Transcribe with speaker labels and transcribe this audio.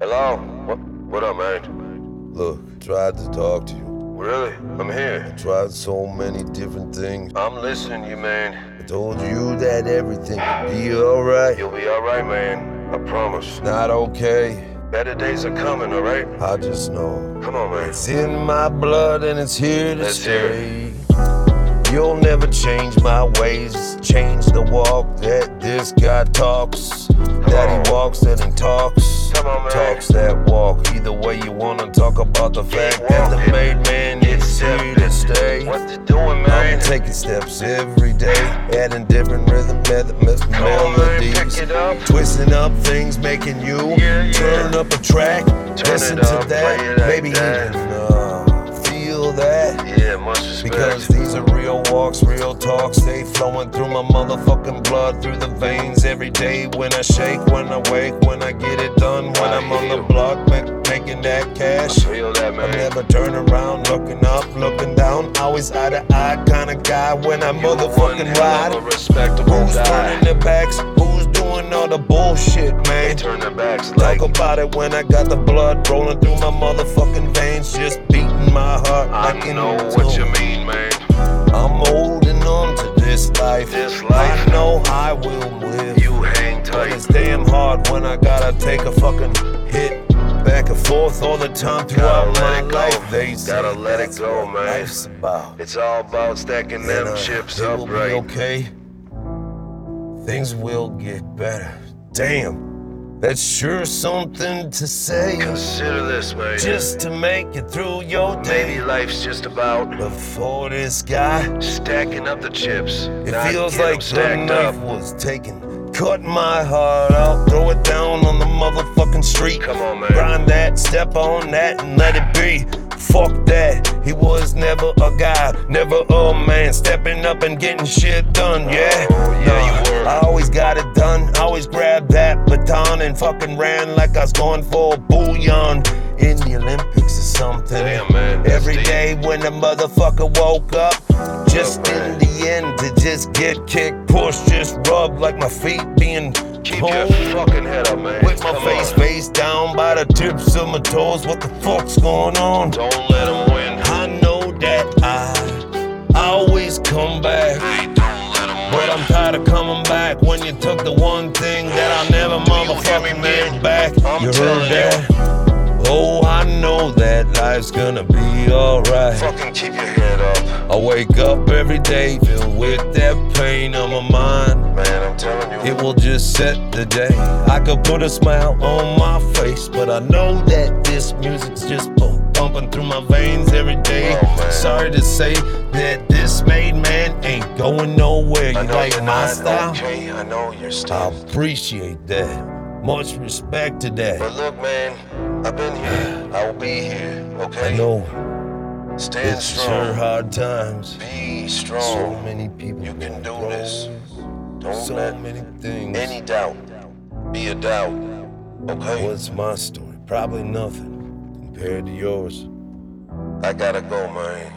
Speaker 1: Hello? What, what up, man?
Speaker 2: Look, tried to talk to you.
Speaker 1: Really? I'm here.
Speaker 2: Tried so many different things.
Speaker 1: I'm listening to you, man.
Speaker 2: I told you that everything would be alright.
Speaker 1: You'll be alright, man. I promise.
Speaker 2: Not okay.
Speaker 1: Better days are coming, alright?
Speaker 2: I just know.
Speaker 1: Come on, man.
Speaker 2: It's in my blood and it's here to
Speaker 1: Let's hear
Speaker 2: stay. You'll never change my ways. Change the walk that this guy talks. That
Speaker 1: on.
Speaker 2: he walks, that he talks.
Speaker 1: Come on, man.
Speaker 2: Talks that walk. Either way, you wanna talk about the fact that the
Speaker 1: walking.
Speaker 2: made man is here to stay.
Speaker 1: What you doing,
Speaker 2: I'm
Speaker 1: man?
Speaker 2: taking steps every day, adding different rhythm, method, meth-
Speaker 1: Come on, man.
Speaker 2: melodies,
Speaker 1: Pick it up.
Speaker 2: twisting up things, making you
Speaker 1: Yeah, yeah.
Speaker 2: turn up a track,
Speaker 1: Turn
Speaker 2: listen
Speaker 1: it up,
Speaker 2: to
Speaker 1: play
Speaker 2: that,
Speaker 1: it like
Speaker 2: maybe
Speaker 1: that.
Speaker 2: even uh, feel that.
Speaker 1: Yeah, much respect.
Speaker 2: Because these are real walks, real talks, they flowing through my motherfucking blood, through the veins every day. When I shake, when I wake, when I get it done, when
Speaker 1: I
Speaker 2: I'm on
Speaker 1: hear
Speaker 2: the
Speaker 1: you.
Speaker 2: block, make, making that cash.
Speaker 1: Feel that,
Speaker 2: I
Speaker 1: man.
Speaker 2: never turn around, looking up, looking down. Always eye to eye kind of guy when I
Speaker 1: You one
Speaker 2: motherfucking
Speaker 1: hell of a
Speaker 2: ride.
Speaker 1: respectable
Speaker 2: Who's turning
Speaker 1: guy.
Speaker 2: their backs? Who's doing all the bullshit,
Speaker 1: They
Speaker 2: man?
Speaker 1: turn their backs like
Speaker 2: Talk about it when I got the blood rolling through my motherfucking veins, just beating my heart. like
Speaker 1: I
Speaker 2: an
Speaker 1: know
Speaker 2: old
Speaker 1: what
Speaker 2: tune.
Speaker 1: you mean, man.
Speaker 2: I'm holding on to this life.
Speaker 1: This life.
Speaker 2: I know I will live.
Speaker 1: You hang
Speaker 2: But
Speaker 1: tight.
Speaker 2: it's damn hard when I gotta take a fucking hit back and forth all the time throughout
Speaker 1: Gotta let
Speaker 2: my
Speaker 1: it go.
Speaker 2: life. They say
Speaker 1: Gotta let it
Speaker 2: that's
Speaker 1: go,
Speaker 2: what
Speaker 1: man.
Speaker 2: Life's about.
Speaker 1: It's all about stacking them
Speaker 2: And, uh,
Speaker 1: chips
Speaker 2: it
Speaker 1: up
Speaker 2: will
Speaker 1: right.
Speaker 2: Be okay. Things will get better. Damn, that's sure something to say.
Speaker 1: Consider this, man.
Speaker 2: Just to make it through your
Speaker 1: Maybe
Speaker 2: day.
Speaker 1: life's just about
Speaker 2: Before this guy.
Speaker 1: stacking up the chips.
Speaker 2: It
Speaker 1: not
Speaker 2: feels
Speaker 1: get 'em
Speaker 2: like the
Speaker 1: stacked
Speaker 2: knife
Speaker 1: up.
Speaker 2: was taken. Cut my heart out, throw it down on the motherfucking street.
Speaker 1: Come on, man.
Speaker 2: Grind that, step on that, and let it be. Fuck that. He was never a guy, never a man. Stepping up and getting shit done, yeah.
Speaker 1: Oh, yeah, you were.
Speaker 2: I always got it done. I always grabbed that baton and fucking ran like I was going for a bouillon in the Olympics or something.
Speaker 1: Damn, man, that's
Speaker 2: Every
Speaker 1: deep.
Speaker 2: day when the motherfucker woke up, just
Speaker 1: Up,
Speaker 2: in
Speaker 1: man.
Speaker 2: the end to just get kicked, pushed, just rubbed like my feet being
Speaker 1: Keep your
Speaker 2: pulled.
Speaker 1: fucking head up, man.
Speaker 2: With my
Speaker 1: Come
Speaker 2: face
Speaker 1: on.
Speaker 2: face down by the tips of my toes, what the fuck's going on?
Speaker 1: Don't let 'em win.
Speaker 2: I know that I always come back.
Speaker 1: Hey, don't let 'em
Speaker 2: But I'm tired of coming back when you took the one thing that I'll never
Speaker 1: hear me,
Speaker 2: motherfucking
Speaker 1: man?
Speaker 2: get back.
Speaker 1: I'm
Speaker 2: you
Speaker 1: telling
Speaker 2: heard that? Oh, I know that life's gonna be alright.
Speaker 1: Fucking keep your head up.
Speaker 2: I wake up every day filled with that pain on my mind.
Speaker 1: Man, I'm telling you.
Speaker 2: It will just set the day. I could put a smile on my face, but I know that this music's just pump, pumping through my veins every day.
Speaker 1: Oh, man.
Speaker 2: Sorry to say that this made man ain't going nowhere. You
Speaker 1: I know
Speaker 2: like
Speaker 1: you're
Speaker 2: my
Speaker 1: not
Speaker 2: style?
Speaker 1: okay. I know you're
Speaker 2: I
Speaker 1: still.
Speaker 2: appreciate that. Much respect to that.
Speaker 1: But look, man, I've been here. I will be here. Okay.
Speaker 2: I know
Speaker 1: Stand
Speaker 2: it's sure
Speaker 1: strong.
Speaker 2: hard times.
Speaker 1: Be
Speaker 2: So
Speaker 1: strong.
Speaker 2: many people.
Speaker 1: You can
Speaker 2: going
Speaker 1: do
Speaker 2: through
Speaker 1: this. Don't
Speaker 2: So
Speaker 1: let
Speaker 2: many things.
Speaker 1: any doubt be a doubt. Okay.
Speaker 2: What's my story? Probably nothing compared to yours.
Speaker 1: I gotta go, man.